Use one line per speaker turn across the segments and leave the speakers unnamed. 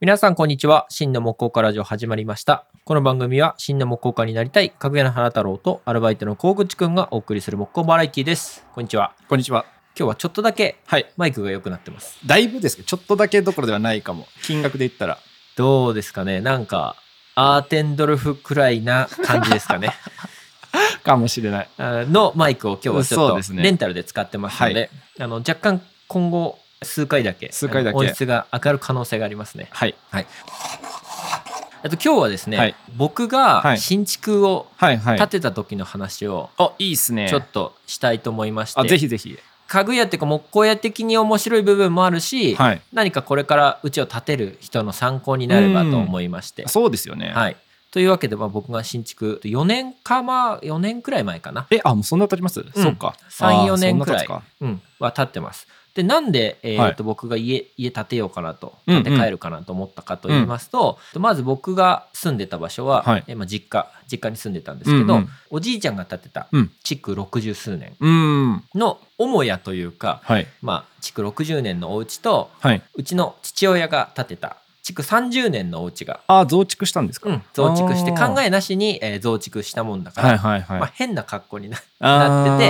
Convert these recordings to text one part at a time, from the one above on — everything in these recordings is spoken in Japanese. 皆さん、こんにちは。真の木工家ラジオ始まりました。この番組は、真の木工家になりたい、かぐやの花太郎とアルバイトの小口くんがお送りする木工バラエティです。こんにちは。
こんにちは。
今日はちょっとだけ
はい。
マイクが良くなってます。
だいぶですけど、ちょっとだけどころではないかも。金額で言ったら。
どうですかねなんか、アーテンドルフくらいな感じですか ね。
かもしれない。
あのマイクを今日はちょ
そう
っ
で
と
すね
レンタルで使ってますので、
は
あの若干今後数回だけ
数回だけ
あの音質が上がる可能性がありますね。
はい。
あと今日はですね、
はい
僕が
はい
新築を
はいはい。
建てた時の話を
あ、いいっすね
ちょっとしたいと思いまして、
あ、ぜひぜひ。
家具屋っていうか木工屋的に面白い部分もあるし、
はい。
何かこれからうちを建てる人の参考になればと思いまして。
そうですよね。
はい、というわけで、まあ、僕が新築4年かまあ4年くらい前かな
え、あ、もうそんな経ちます、そっか。
3 4
あー
年くらい
そんな経つか
うん、は立ってます。でなんで、えーと僕が家家建てようかなと
うんう
建
ん
て替えるかなと思ったかと言いますと、まず僕が住んでた場所は、
はい
えーまあ、実家実家に住んでたんですけど、
うんうん
おじいちゃんが建てた
うん
築60数年
うん。
の母屋というか、
はい。
まあ、築60年のお家と
はい。
うちの父親が建てた築30年のお家が、
あ、増築したんですか、
うん、増築して
あー
考えなしに、えー増築したもんだから、
はいはいはい。
まあ、変な格好にな
あ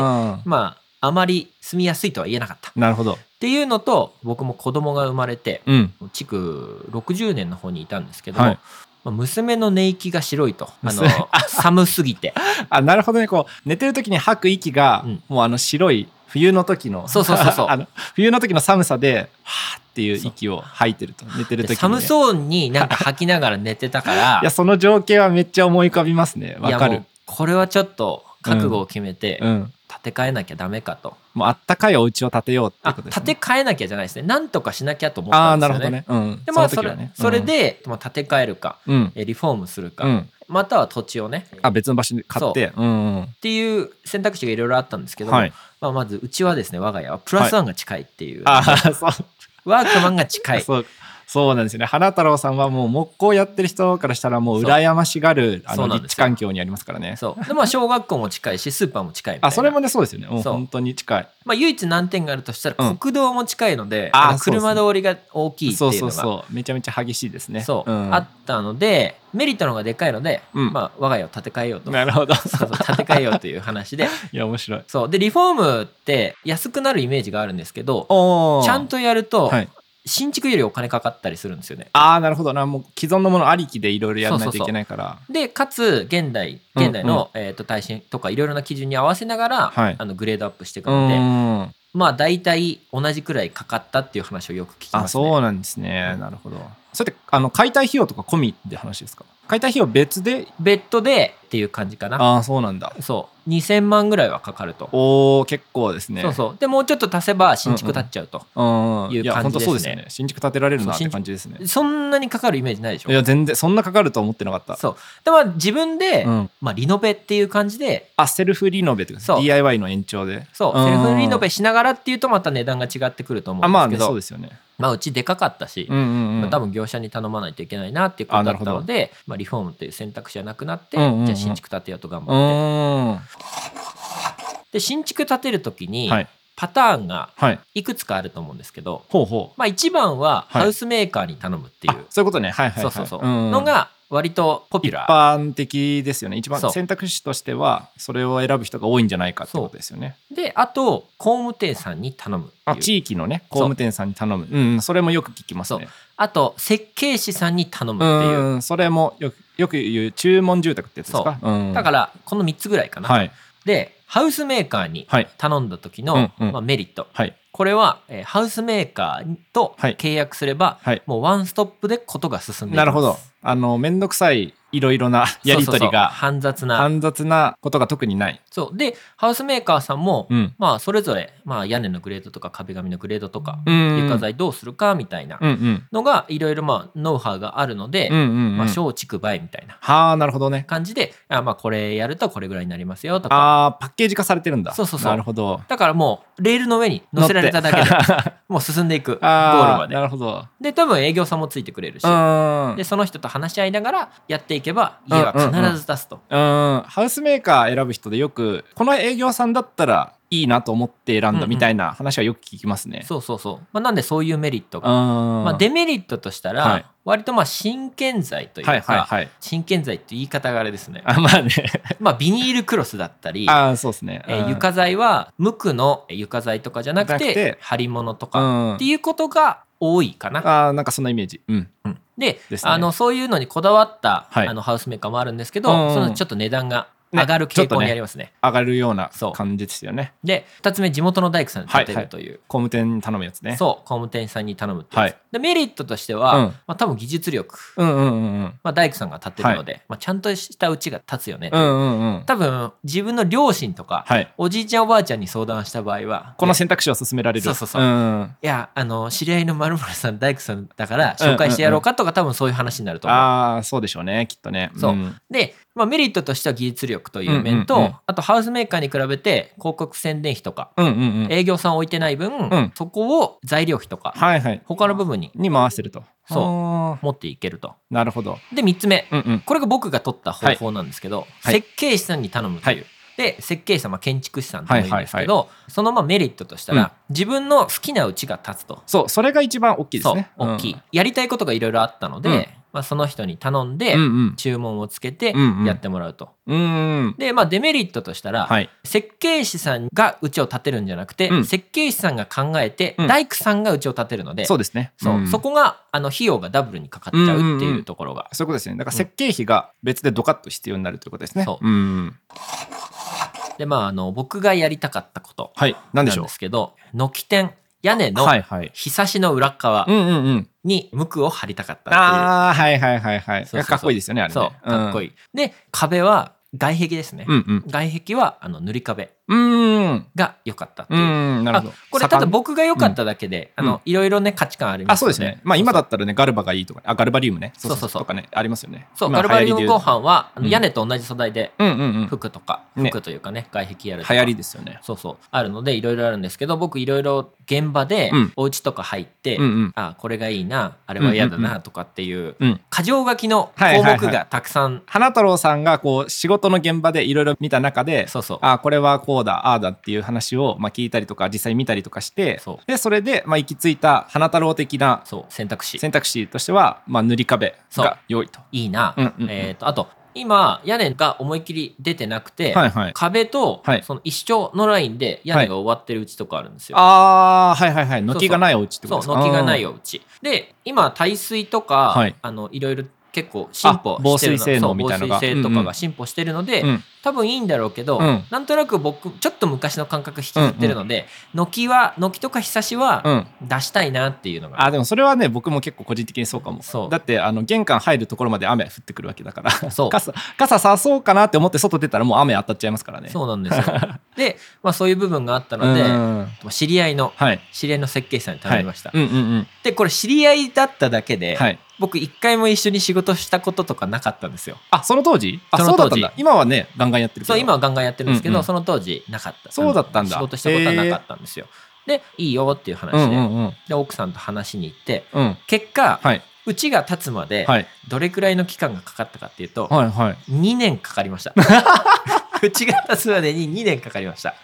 ー
まああまり住みやすいとは言えなかった。
なるほど。
っていうのと僕も子供が生まれて
うん。
築60年の方にいたんですけども、
はい
まあ娘の寝息が白いとあの
娘
寒すぎて
あ、なるほどね。こう、寝てる時に吐く息が、
うん
もうあの白い、冬の時の、
そうそうそうそう
あの冬の時の寒さで、はーっていう息を吐いてると。 寝てる時に、ね。
寒そうになんか吐きながら寝てたから
いや、その情景はめっちゃ思い浮かびますね。
い
わ
や
か
も
る
う。これはちょっと覚悟を決めて
うん。
建て替えなきゃダメかと、
もうあったかいお家を建てようって
あ
ことです、
建
ね。
て替えなきゃじゃないですねなんとかしなきゃと思っ
あ
た
あ、
んで
な
す
る
よ
ほど
ね。
ね。うん。
でまあ
の
そ
時
れ
はね
それ、で、まあ、建て替えるか
うん。
えリフォームするか、
うん。
または土地をね
あ、別の場所に買って。うんうん。
っていう選択肢がいろいろあったんですけども、
はい。
まあ、まずうちはですね我が家はプラスワンが近いっていう、
ああ、そう、
ワークマンが近い
そう。そうなんですよね。花太郎さんはもう木工やってる人からしたらもう羨ましがる、あ
そうな
の、
ん
立
です
地
よ
環境にありますからね。
そうでまあ小学校も近いしスーパーも近いみたいな
あ、それもね、そうですよね。うん、
そう
本当に近い。
まあ、唯一難点があるとした
う
ら
ん
国道も近いので、
あー
あの
そうですね
車通りが大きいって
そう
いう
そ
の
う
が
そう。めちゃめちゃ激しいですね。
そう
うん、
あったのでメリットの方がでかいので、
うん
まあ、我が家を建て替えようと
なるほど。
そうそう建て替えようという話で
いや、面白い。
そうでリフォームって安くなるイメージがあるんですけど
お
ちゃん
と、
とやると、
はい。
新築よりお金かかったりするんですよね。
ああ、なるほどな。もう既存のものありきでいろいろやらないといけないから。
でかつ現代現代の、えー、と耐震とかいろいろな基準に合わせながら、
はい
あのグレードアップしていく
う
ので、
ん。
まあ大体同じくらいかかったっていう話をよく聞き
あ、
ますね。
そうなんですね。なるほど。それってあの解体費用とか込みで話ですか。解体費用別で。
ベッドでっていう感じかな。
あ、そうなんだ。
そう2000万ぐらいはかかると。
おお、結構ですね。
そうそうでもうちょっと足せば新築建っちゃうと、
うん。
いう
いや、
感
本
じ
当
ですね
そうですよね。新築建てられるなっ
そう新
て
築
感じですね。
そんなにかかるイメージないでしょ
いや、全然そんなかかると思ってなかった。
そうでまあ自分で、
うん。
まあ、リノベっていう感じで
あ、セルフリノベってことです
そう
ね DIY の延長で。
そう、
ん
セルフリノベ。しながらっていうとまた値段が違ってくると思う
あ、
ん
まあ
です
ね、
けど、
そう
ま
で
あ
すよね。
うちでかかったし、
うんうんうん。
多分業者に頼まないといけないなっていうことだったので、まあ、リフォームっていう選択肢はなくなって、
うんうんうん
じゃあ新築建てようと頑
う
張って、
ん。は
で新築建てる時に
い。
パターンが
はい。
いくつかあると思うんですけど、
ほうほう。
まあ、一番は
はい
ハウスメーカーに頼むっていう、
あそういうことね。はいはいはい。
そうそうそう、
ん
のが割とポピュ
一
ラー
般的ですよね一番
そう
選択肢としてはそれを選ぶ人が多いんじゃないかってことですよね
であと工務店さんに頼むっ
あ
ていう
地域のね工務店さんに頼むうんうんそれもよく聞きますね
あと設計士さんに頼むっ
う
ていう、
んそれもよくよく言う注文住宅ってやつですかうん
だからこの3つぐらいかな、
はい
でハウスメーカーに
はい
頼んだ時の、
うんうん
まあ、メリット
はい
これは、えーハウスメーカーと
はい
契約すれば、
はい
もうワンストップでことが進んでいきます
なるほどあの面倒くさいいろいろなやり取
そうそうそ
り
う
が
煩雑な
煩雑なことが特にない
そうでハウスメーカーさんも、
うん
まあそれぞれ、まあ、屋根のグレードとか壁紙のグレードとか、
うん
床材どうするかみたいな
うんうん
のがいろいろまあノウハウがあるので、
うんうん
ま
う
あ
ん
松竹梅みたいな
はあなるほどね
感じであまあこれやるとこれぐらいになりますよとか
あーパッケージ化されてるんだ
そうそうそう
なるほど
だからもうレールの上に乗せられただけで
乗って あ
もう進んでいくゴール
あ
まで
なるほど
で多分営業さんもついてくれるし
うん
でその人と話し合いながらやっていけば家は必ず出すと、
うん、ハウスメーカー選ぶ人でよくこの営業さんだったらいいなと思って選んだみたいな話はよく聞きますね。
そうそうそう、まあ、なんでそういうメリットが、ま
ま
あ、デメリットとしたら、
はい
割とまあ真剣剤というか、
はいはいはい。
真剣剤って言い方があれですね
あまあね。
まあビニールクロスだったり、
ああそうですね。
えー床材は無垢の床材とかじゃなく
なく
て
て
張り物と
う
か
ん。
っていうことが多いかな
ああなんかそんなイメージ。うん。
うんで
ですね
あのそういうのにこだわった、
はい
あのハウスメーカーもあるんですけど、
うんうん
そのちょっと値段が
ね
上がる
ちょっ
傾
と
向
ね
にありますね。
上がるような
そう
感じですよね。
で2つ目地元の大工さんに建て
はいは
る
い
という、
工務店に頼むやつね。
そう工務店さんに頼むっていうやつ
はい
でメリットとしては、
うん
まあ、多分技術力、
うんうんうんうん。
まあ、大工さんが建てるので、まあ、ちゃんとした家が建つよね、
うんうんうん。
多分自分の両親とか、
はい。
おじいちゃんおばあちゃんに相談した場合は
この
い
選択肢を勧められる。
そうそうそうん
ん
やあの知り合いのまるさん大工さんだから紹介してやろうかとか、多分そういう話になると思う。
ああそうでしょうねきっとね。
そうんで、まあ、メリットとしては技術力という面と、
うんうんうん
あとハウスメーカーに比べて広告宣伝費とか
うんうんうん。
営業さんを置いてない分、
ん
そこを材料費とか、
はいはい。
他の部分に
に回してると。
そう
う。
持っていけると。
なるほど。
で3つ目
うんうん。
これが僕が取った方法なんですけど、
はい
設計士さんに頼むという。
は
で設計士さん、まあ、建築士さんでもいいんですけど、
は
そのまあメリットとしたら、自分の好きな家が建つと。
そうそれが一番大きいです
そう
ね。
大きい、やりたいことがいろいろあったので、
うん
まあ、その人に頼んで、
うんうん
注文をつけて
うんうん
やってもらうと。
うんうん。
で、まあ、デメリットとしたら、
はい。
設計士さんが家を建てるんじゃなくて、
うん
設計士さんが考えて、
うん
大工さんが家を建てるので
そう
う
ですね。
そう
うん
そこがあの費用がダブルにかかっちゃうっていうところが、
そういうことですね。だから設計費が別でドカッと必要になるということですね。。
そうんでまああの僕がやりたかったこと
はい。
な
な
んん
でしょう
で。すけど軒天屋根の
はいはい。
ひさしの裏側
うんうんうん。
に無垢を張りたかったっていう、
ああ、はいはいはいはい。
そうそうそう
かっこいいですよね、あれね。
そうかっこいい、で壁は外壁ですね、
うんうん
外壁はあの塗り壁
うん。うん。
が良かったって
う
いう、
ん。なるほど
あ。これただ
盛ん
僕が良かっただけで、
うん
あ
うん
のいろいろね価値観あります
あ、そうですね。まあ今だったらね、ガルバがいいとかね。あ、ガルバリウムね。
そうそうそう
とかね、ありますよね。
そう
今
ガルバリウム
流
ご
行り
飯はあの
うん
屋根と同じ素材で
で言ううんうんうん。
服とか、
ね
服というかね外壁やるとか
流行りですよね。
そうそうあるのでいろいろあるんですけど僕いろいろ現場で
うん
お家とか入って、
うんうん。
あこれがいいなあれは嫌だ
うんうん
なとかっていう
うん。
箇条書きの項
はいはいはい
目がたくさん、
花太郎さんがこう仕事の現場でいろいろ見た中で
そうそう
あこれはこうだああだっていう話をまあ聞いたりとか実際見たりとかして
そう
でそれでまあ行き着いた花太郎的な
そう選択肢
選択肢としては、まあ、塗り壁
そう
が良いと。
いいな、
うんうんうん
えー、とあと今屋根が思いっきり出てなくて、
はいはい、
壁と、
はい
その一緒のラインで屋根が終わってるうちとかあるんですよ。
ああはいはいはい
そう
軒がないお家ってこ
そ
と
う
ですか
軒がない
あー
お家で今耐水とか、
はい
あのいろいろ結構進歩してる
あ防水性能
そう
みたいなのが
防水性と
うん
か
う
が
ん
進歩してるので、
うん
多分いいんだろうけど、
うん
なんとなく僕ちょっと昔の感覚引きずってるので軒、は軒とかひさし
う
は
ん、
出したいなっていうのが、
あーでもそれはね僕も結構個人的にそうかも
そう
だってあの玄関入るところまで雨降ってくるわけだから
そう
傘傘さそうかなって思って外出たらもう雨当たっちゃいますからね
そうなん ですよで、まあ、そういう部分があったので、
うん
知り合いの
はい
知り合いの設計士さんに頼みました、
はい、うんうんうん
でこれ知り合いだっただけで、
はい
僕一回も一緒に仕事したこととかなかったんですよ
あその当時あ
そ
そ
の当時
うだったんだ今はねガンガンやってるけど
そう今はガンガンやってるんですけど、
うんうん
その当時なかった
そうだったんだ
仕事したことはなかったんですよ、でいいよっていう話
う
で,、
んうんうん
で奥さんと話しに行って
うん
結果、
はいう
ちが建つまで
はい
どれくらいの期間がかかったかっていうと、
はいはい
2年かかりました うちが建つまでに2年かかりました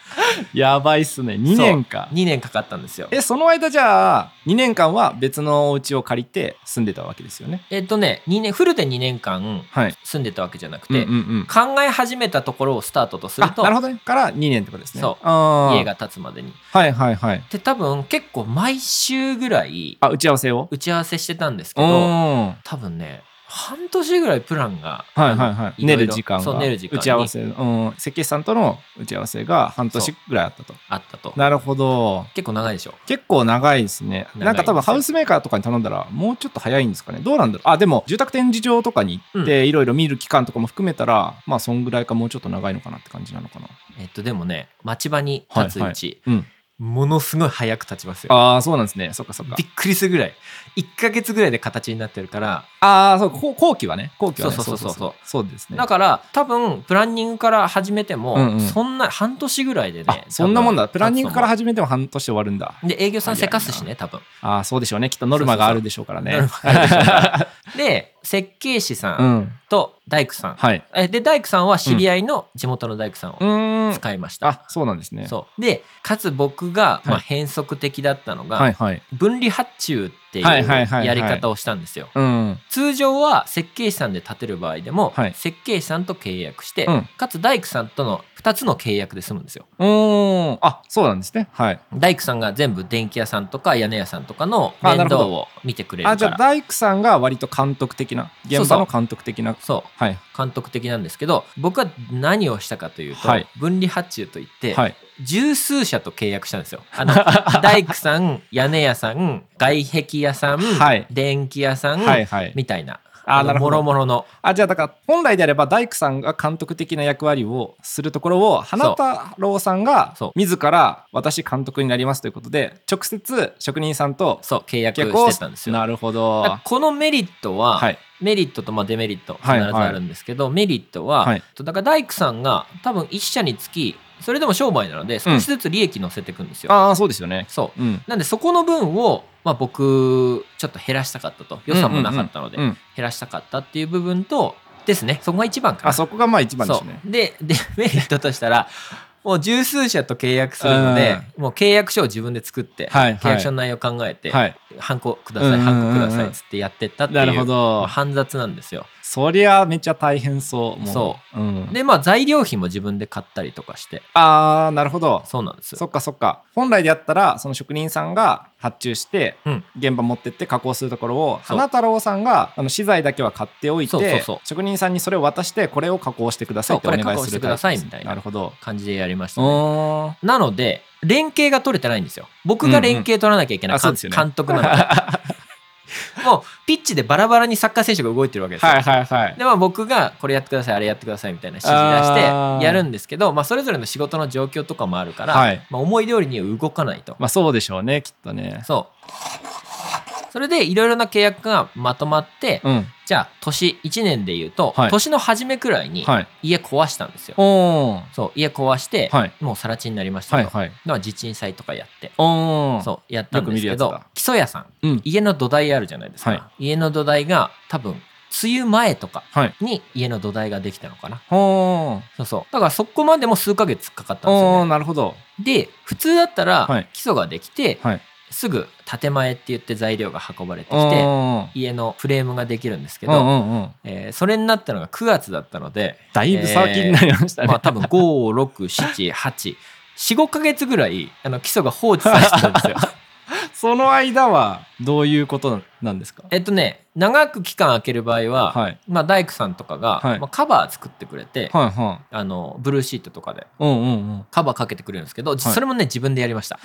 やばいっすね2年か
2年かかったんですよえ
えその間じゃあ2年間は別のお家を借りて住んでたわけですよね
っとね2年フルで2年間
はい
住んでたわけじゃなく
うんう
て、
んうん
考え始めたところをスタートとする
あ
と
なるほどねから2年ってことですね
そう
あー
家が建つまでに
はいはいはい
で多分結構毎週ぐらい
あ打ち合わせを
打ち合わせしてたんですけ
う
ど
ん
多分ね半年ぐらいプランが、
はいはいはい
あの
寝
ろい
る
ろ
時間が
そう寝る時間に
打ち合わせうん設計士さんとの打ち合わせが半年ぐらいあったと
あったと
なるほど
結構長いでしょ
結構長いですね
長いですよ
なんか多分ハウスメーカーとかに頼んだらもうちょっと早いんですかねどうなんだろうあでも住宅展示場とかに行っていろいろ見る期間とかも含めたら、まあそんぐらいかもうちょっと長いのかなって感じなのかな
えっとでもね町場に立つうち、
うん
ものすごい早く立ちますよ
ああそうなんですねそっかそっか
びっくりするぐらい1ヶ月ぐらいで形になってるから
ああそうこう後期はね後期はね
そうそうそうそう
そうそうですね
だから多分プランニングから始めても、
うんうん
そんな半年ぐらいでね
あそんなもんだプランニングから
立つ
始めても半年で終わるんだ
と思うで営業さんせかすしね多分
ああそうでしょうねきっとノルマがあるでしょうからね
ノルマがあるでしょうからで設計士さ
うんん。
と大工さん、
はい。
えで大工さんは知り合いの地元の大工さんを
うん。
使いました、
あ、そうなんですね。
そうでかつ僕が、ま
は
あ、
い
変則的だったのが、
はいはい。
分離発注っていう
はいはいはいはい
やり方をしたんですよ。
うん。
通常は設計士さんで建てる場合でも、
はい
設計士さんと契約して、
うん
かつ大工さんとの2つの契約で済むんですよ。
うん。あ、そうなんですね。はい。
大工さんが全部電気屋さんとか屋根屋さんとかの
あ
面
なるほ
倒
ど
を見てくれ
あ、
る
じ
か
ゃ
ら
あ大工さんが割と監督的な、現場の監督的な。
そ
はい。
う監督的なんですけど僕は何をしたかというと、
はい
分離発注といって、
はい。
十数社と契約したんですよ。あの 大工さん屋根屋さん外壁屋さん、
はい
電気屋さん、
はいはい。
みたいな。
あ
あの
なるほど
もろもろの
あじゃあだから本来であれば大工さんが監督的な役割をするところを花太郎さんが
そう
自ら私監督になりますということで直接職人さんと
そう契約
契約を
してたんですよ。
なるほ
だか
ど
ら。このメリットは、
はい、
メリットとまあデメリット必ず
はいはい
あるんですけど、メリットは、
はい
だから大工さんが多分一社につきそれでも商売なので少しずつ利益乗せていくんですよ。
ああそうですよね。
そう
うん、
なんでそこの分を、まあ、僕ちょっと減らしたかったと予算もなかったので
うんうん
減らしたかったっていう部分とですねそこが一番かな。
あそこがまあ一番ですね
そ。うでで メリットとしたらもう十数社と契約するので、もう契約書を自分で作って、
はいはい
契約書の内容を考えて、
はい、
ハンコください、
うんうんうんう
ハ
ん
ンコくださいっつってやってったっていう
なるほ
まあ
ど。
煩雑なんですよ
そりゃめっちゃ大変そう。もう
そ
うん、
でまあ材料費も自分で買ったりとかして
ああなるほど。
そうなんです
そっかそっか本来であったらその職人さんが発注して
うん
現場持ってって加工するところを
そう
花太郎さんがあの資材だけは買っておいて
そうそうそう
職人さんにそれを渡してこれを加工してくださいって
そ
お
う
願
これ
いす
加工
る
してください
タイプで
み
す
たいな
なるほど
感じでやりましたね、
おー
なので連携が取れてないんですよ僕が連携取らなきゃいけない、
うんうんあそう
監
ですよね
監督なのでもうピッチでバラバラにサッカー選手が動いてるわけですよ、
はいはいはい
でまあ僕がこれやってくださいあれやってくださいみたいな指示出
あ
して
ー
やるんですけどまあ、それぞれの仕事の状況とかもあるから、
はい
まあ、思い通りには動かないと、
まあそうでしょうねきっとね
そうそれでいろいろな契約がまとまって、
うん
じゃあ年1年で言うと、
はい
年の初めくらいに
はい
家壊したんですよ、
おおは
そう家壊して、
はい
もう更地になりました
い
と、
はい
のは地鎮祭とかやって、
おお
そうやったんですけ
よく見る
ど
やつだ
基礎屋さん
う、うん、
家の土台あるじゃないですか、
は
家の土台が多分梅雨前とか
はい
に家の土台ができたのかな
おお
そうそう。だからそこまでも数ヶ月かかったんです
お
よ
お
ね。
なるほど
で、普通だった
は
ら
い
基礎ができて、
はい
すぐ建前って言って材料が運ばれて
お
きて、
ー
家のフレームができるんですけ
うんう
ど、
んうん
えーそれになったのが9月だったので、
だいぶ騒ぎになりましたね、
まあ多分5、6、7、8、4、5ヶ月ぐらいあの基礎が放置されてたんです よ。
その間はどういうことなんですか
えっとね、長く期間空ける場合は、
はい
まあ大工さんとかが、
はい
まあ、カバー作ってくれて、
はいは
あのブルーシートとかで
い。うんうんうん。
カバーかけてくれるんですけど、
はい
それもね自分でやりま した。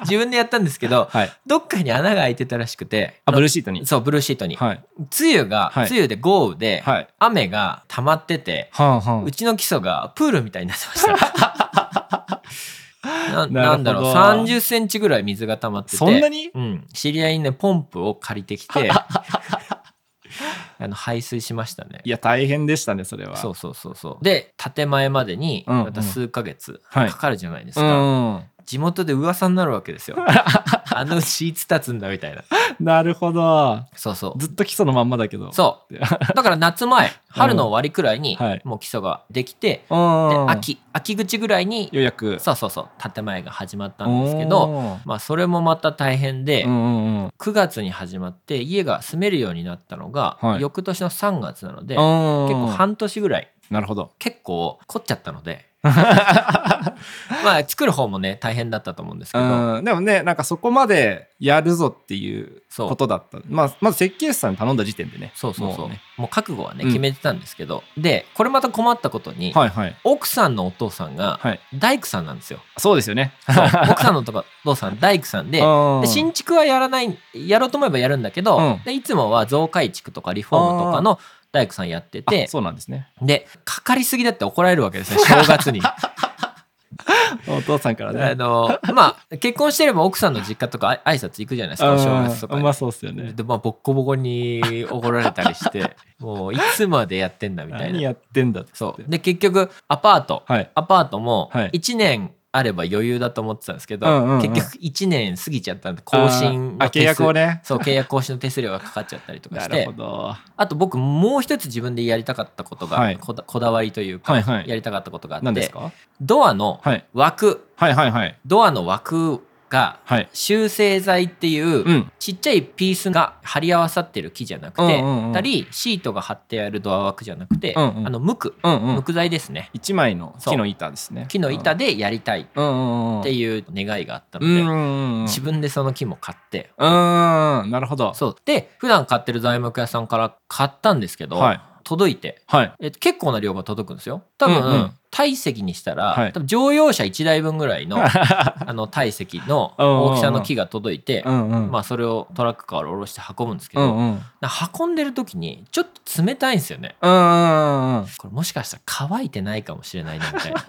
自分でやったんですけど
はい。
どっかに穴が開いてたらしくて
あ、ブルーシートに。
そうブルーシートに、
はい。
梅雨が、
はい
梅雨で豪雨で、
はい。
雨が溜まってて、
はんはん
うちの基礎がプールみたいになってま したな
なるほど
なんだろう3 0センチぐらい水が溜まってて
そんなに
うん、知り合いにねポンプを借りてき てあの排水しましたね
いや、大変でしたね、それは。
そうそうそうそうで建前までに
うんうん
また数ヶ月
は
か
い
かるじゃないです
う
か、
ん。
地元で噂になるわけですよ あのシーツ立つんだみたいな
なるほど。
そうそう
ずっと基礎のまんまだけど。
そう。だから夏前、春の終わりくらいに
はい、
もう基礎ができて、
う
で
ん。。
秋、秋口ぐらいに、
ようやく。
そうそうそう、建前が始まったんですけど、まあ、それもまた大変で
おー。う、んうんうん。
9月に始まって家が住めるようになったのが、
はい
翌年の3月なので、結
結
構半年ぐらい、
なるほど。
結構凝っちゃったの で、まあ、作る方もね、大変だったと思うんですけど、
うん、でもねなんかそこまでやるぞっていう
そう
ことだった、まあ、まず設計士さんに頼んだ時点でね
そうそうそう、も
も
う,、
ね
覚悟はね、
うん
決めてたんですけど、で、これまた困ったことに、
はいはい
奥さんのお父さんが
はい
大工さんなんですよ。
そうですよね
そう奥さんのとこお父さん大工さんで
うん
で新築はやらないやろうと思えばやるんだけど、
うん
でいつもは増改築とかリフォームとかの大工さんやって
あ
て
そうなんですね
でかかりすぎだって怒られるわけ ですね正月にあ
お父さんからね
のまあ結婚してれば奥さんの実家とかあ挨拶行くじゃないですかお正月とか
うん
に
まあそうっすよね
でまあボッコボコに怒られたりして もういつまでやってんだみたい
何
な
やってんだっつって
そうで結局アパート
はい
アパートも
はい
1年あれば余裕だと思ってたんですけど、
うんうんうん
結局1年過ぎちゃったんで更新
あ
の
ーあ契
手数
約をね
そう契約更新の手数料がかかっちゃったりとか
な
し
る
て
ほど
あと僕もう一つ自分でやりたかったことが、
はい
こだこだわりというか、
はいはい
やりたかったことがあっ
何
て
ですか
ドアの
はい
枠、
はいはいはい
ドアの枠が
はい
修正材っていう、
うん
ちっちゃいピースが貼り合わさってる木じゃなくて、
うんうんうん
たりシートが貼ってあるドア枠じゃなくて、
うんうん
あの無垢
うんう
無
ん
垢材ですね
一枚の
そう
木の板ですね
木の板でやりたいっ
うんうんうんうん
ていう願いがあったの
うん
で、
うんうん
自分でその木も買って
うんうんなるほど
そうで普段買ってる材木屋さんから買ったんですけど、
はい
届いて、
はい
えっと、結構な量が届くんですよ多分、
うんうん
体積にしたら、
はい
多分乗用車1台分ぐらいの あの体積の大きさの木が届いて、
うんうん
まあ、それをトラックから下ろして運ぶんですけ
う
ど、
んうん
な運んでる時にちょっと冷たいんですよね
うんうんうんうん
これもしかしたら乾いてないかもしれないなみ たいな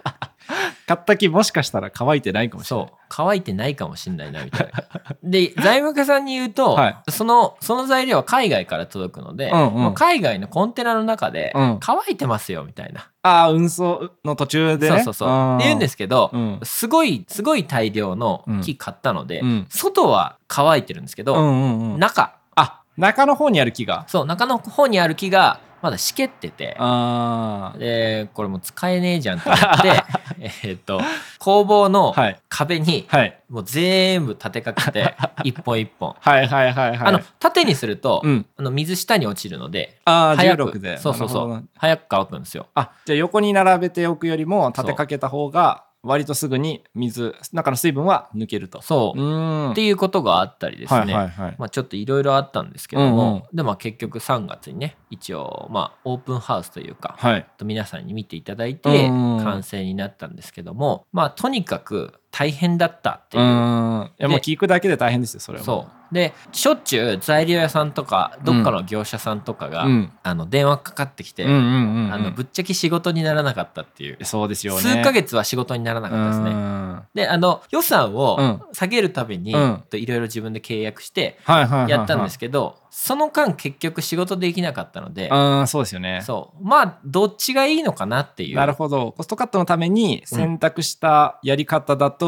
買った木もしかしたら乾いてないかもしれない
そう乾いてないかもしれないなみたいなで材木屋さんに言うと、
は
そのその材料は海外から届くので、
うんうん
もう海外のコンテナの中で、
うん
乾いてますよみたいな、
ああ運送の途中で
そう
ね
そうそうって言うんですけど、
うん
すごいすごい大量の木買ったので、
うん
外は乾いてるんですけ
う
ど、
んうんうん
中
あ中の方にある木が
そう中の方にある木がまだしけってて、
あ
でこれもう使えねえじゃんと思って えーっと工房
あ
の
はい
壁に
はい
もう全部立てかけ て一本一本、
はいはいはいはい
あの縦にすると、
うん
あの水下に落ちるので
ああ
早く
16で
そうそうそ
なるほ
う
どな
早く乾くんですよ
あじゃあ横に並べておくよりも立てかけた方が割とすぐに水中の水分は抜けると
そうう、
ーん
っていうことがあったりですね、
はいはいはい
まあ、ちょっといろいろあったんですけども、
うんうん
でまあ結局3月にね一応まあオープンハウスというか、
はい
皆さんに見ていただいて
うんうん
完成になったんですけども、まあとにかく大変だったって
う
いう
ーんい
で
やもう聞くだけで大変ですよそれは
そうでしょっちゅう材料屋さんとかどっかの業者さんとかが、
うん
あの電話かかってきて、
うんうんうんうん
あのぶっちゃけ仕事にならなかったっていう、
そうですよね
数ヶ月は仕事にならなかったです
うー
ね。
ん
であの予算
う
を
ん
下げるためにい
うん
ろいろ自分で契約して
はいはいはいはい
やったんですけどその間結局仕事できなかったので
あーそうですよね
そうまあどっちがいいのかなっていう
なるほどコストカットのために選択したやり方だと、
うん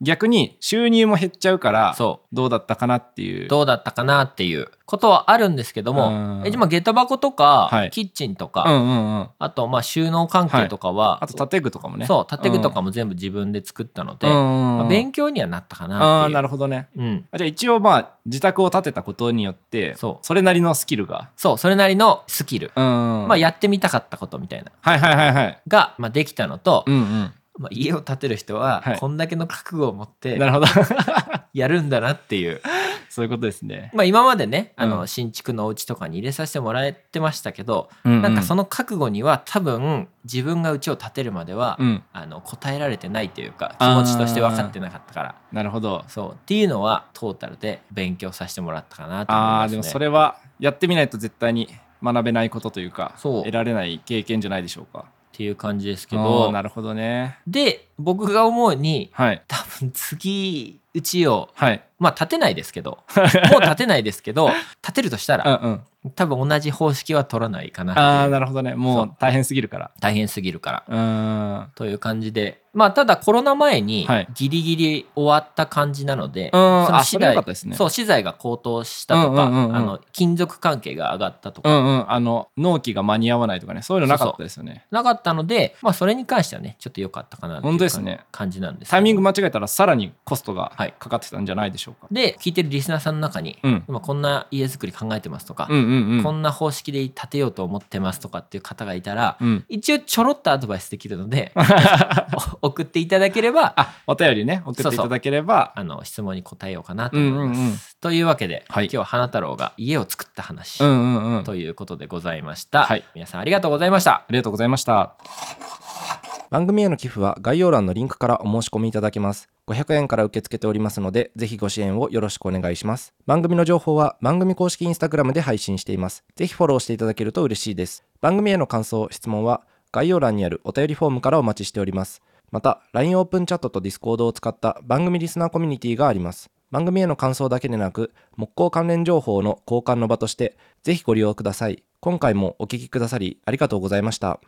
逆に収入も減っちゃうから
そう
どうだったかなっていう
どうだったかなっていうことはあるんですけど
う
も
ん
えでも下駄箱とか、
はい
キッチンとか、
うんうんうん
あとまあ収納関係とかは、
あと建具とかもね
そう建具とか
も
も全部自分で作ったので、
うんうんうん
まあ、勉強にはなったかなっ
ああ
ていう
なるほどね
うん、
あじゃあ一応まあ自宅を建てたことによって
そう
れなりのスキルが
そうそれなりのスキル、
うんうん
まあ、やってみたかったことみたいな
はいはいはいはい
が、まあ、できたのと、
うんうん
まあ、家を建てる人は
はい
こんだけの覚悟を持って
なるほど
やるんだなっていう、
そういうことですね、
まあ、今までねあの、
うん
新築のお家とかに入れさせてもらえてましたけど、
う
なんかそ
の
の覚悟には多分自分が家を建てるまでは、
うん
あの答えられてないというか気
あ
持
ー
ちとして分かってなかったから
なるほど
そうっていうのはトータルで勉強させてもらったかなと思い
あ
ま
ー
す、ね、
でもそれはやってみないと絶対に学べないことというか
そう
得られない経験じゃないでしょうか
っていう感じですけ
あー
ど
なるほどね
で僕が思うに
はい
多分次うちを
はい
まあ建てないですけ どもう建てないですけど建てるとした
うんう
ら
ん
多分同じ方式は取らないか
あ
なっ
あ
ていう
なるほどねも
そう
う大変すぎるから
大変すぎるから。
うーん
という感じでまあただコロナ前に
はい
ギリギリ終わった感じなので、
うん
その
あ
資
それよ
材
かったですね
そう資材が高騰したとか、
うんうんうんうん
あの金属関係が上がったと
う
か、
んうんあの納期が間に合わないとかねそういうのなかったですよね
なかったので、まあ、それに関してはねちょっと良かったかなっていう
本当ですね
感じなんですけど
タイミング間違えたらさらにコストが
はい
かかってたんじゃないでしょうか、
で聞いてるリスナーさんの中に、
うん
今こんな家づくり考えてますとか、
うんうんうん
こんな方式で建てようと思ってますとかっていう方がいたら、
うん
一応ちょろっとアドバイスできるの でお 送っていただければあ
あお便りね送
そ
っ
う
てい
そう
ただければ
の質問に答えようかなと思います。
うんうんうん
というわけで、
はい
今日は花太郎が家を作った話、
うんうんうん
ということでございました、
はい
皆さんありがとうございました。
ありがとうございました
番組への寄付は概要欄のリンクからお申し込みいただけます。500円から受け付けておりますので、ぜひご支援をよろしくお願いします。番組の情報は番組公式インスタグラムで配信しています。ぜひフォローしていただけると嬉しいです。番組への感想、質問は概要欄にあるお便りフォームからお待ちしております。また、LINE オープンチャットと Discord を使った番組リスナーコミュニティがあります。番組への感想だけでなく、木工関連情報の交換の場として、ぜひご利用ください。今回もお聞きくださりありがとうございました。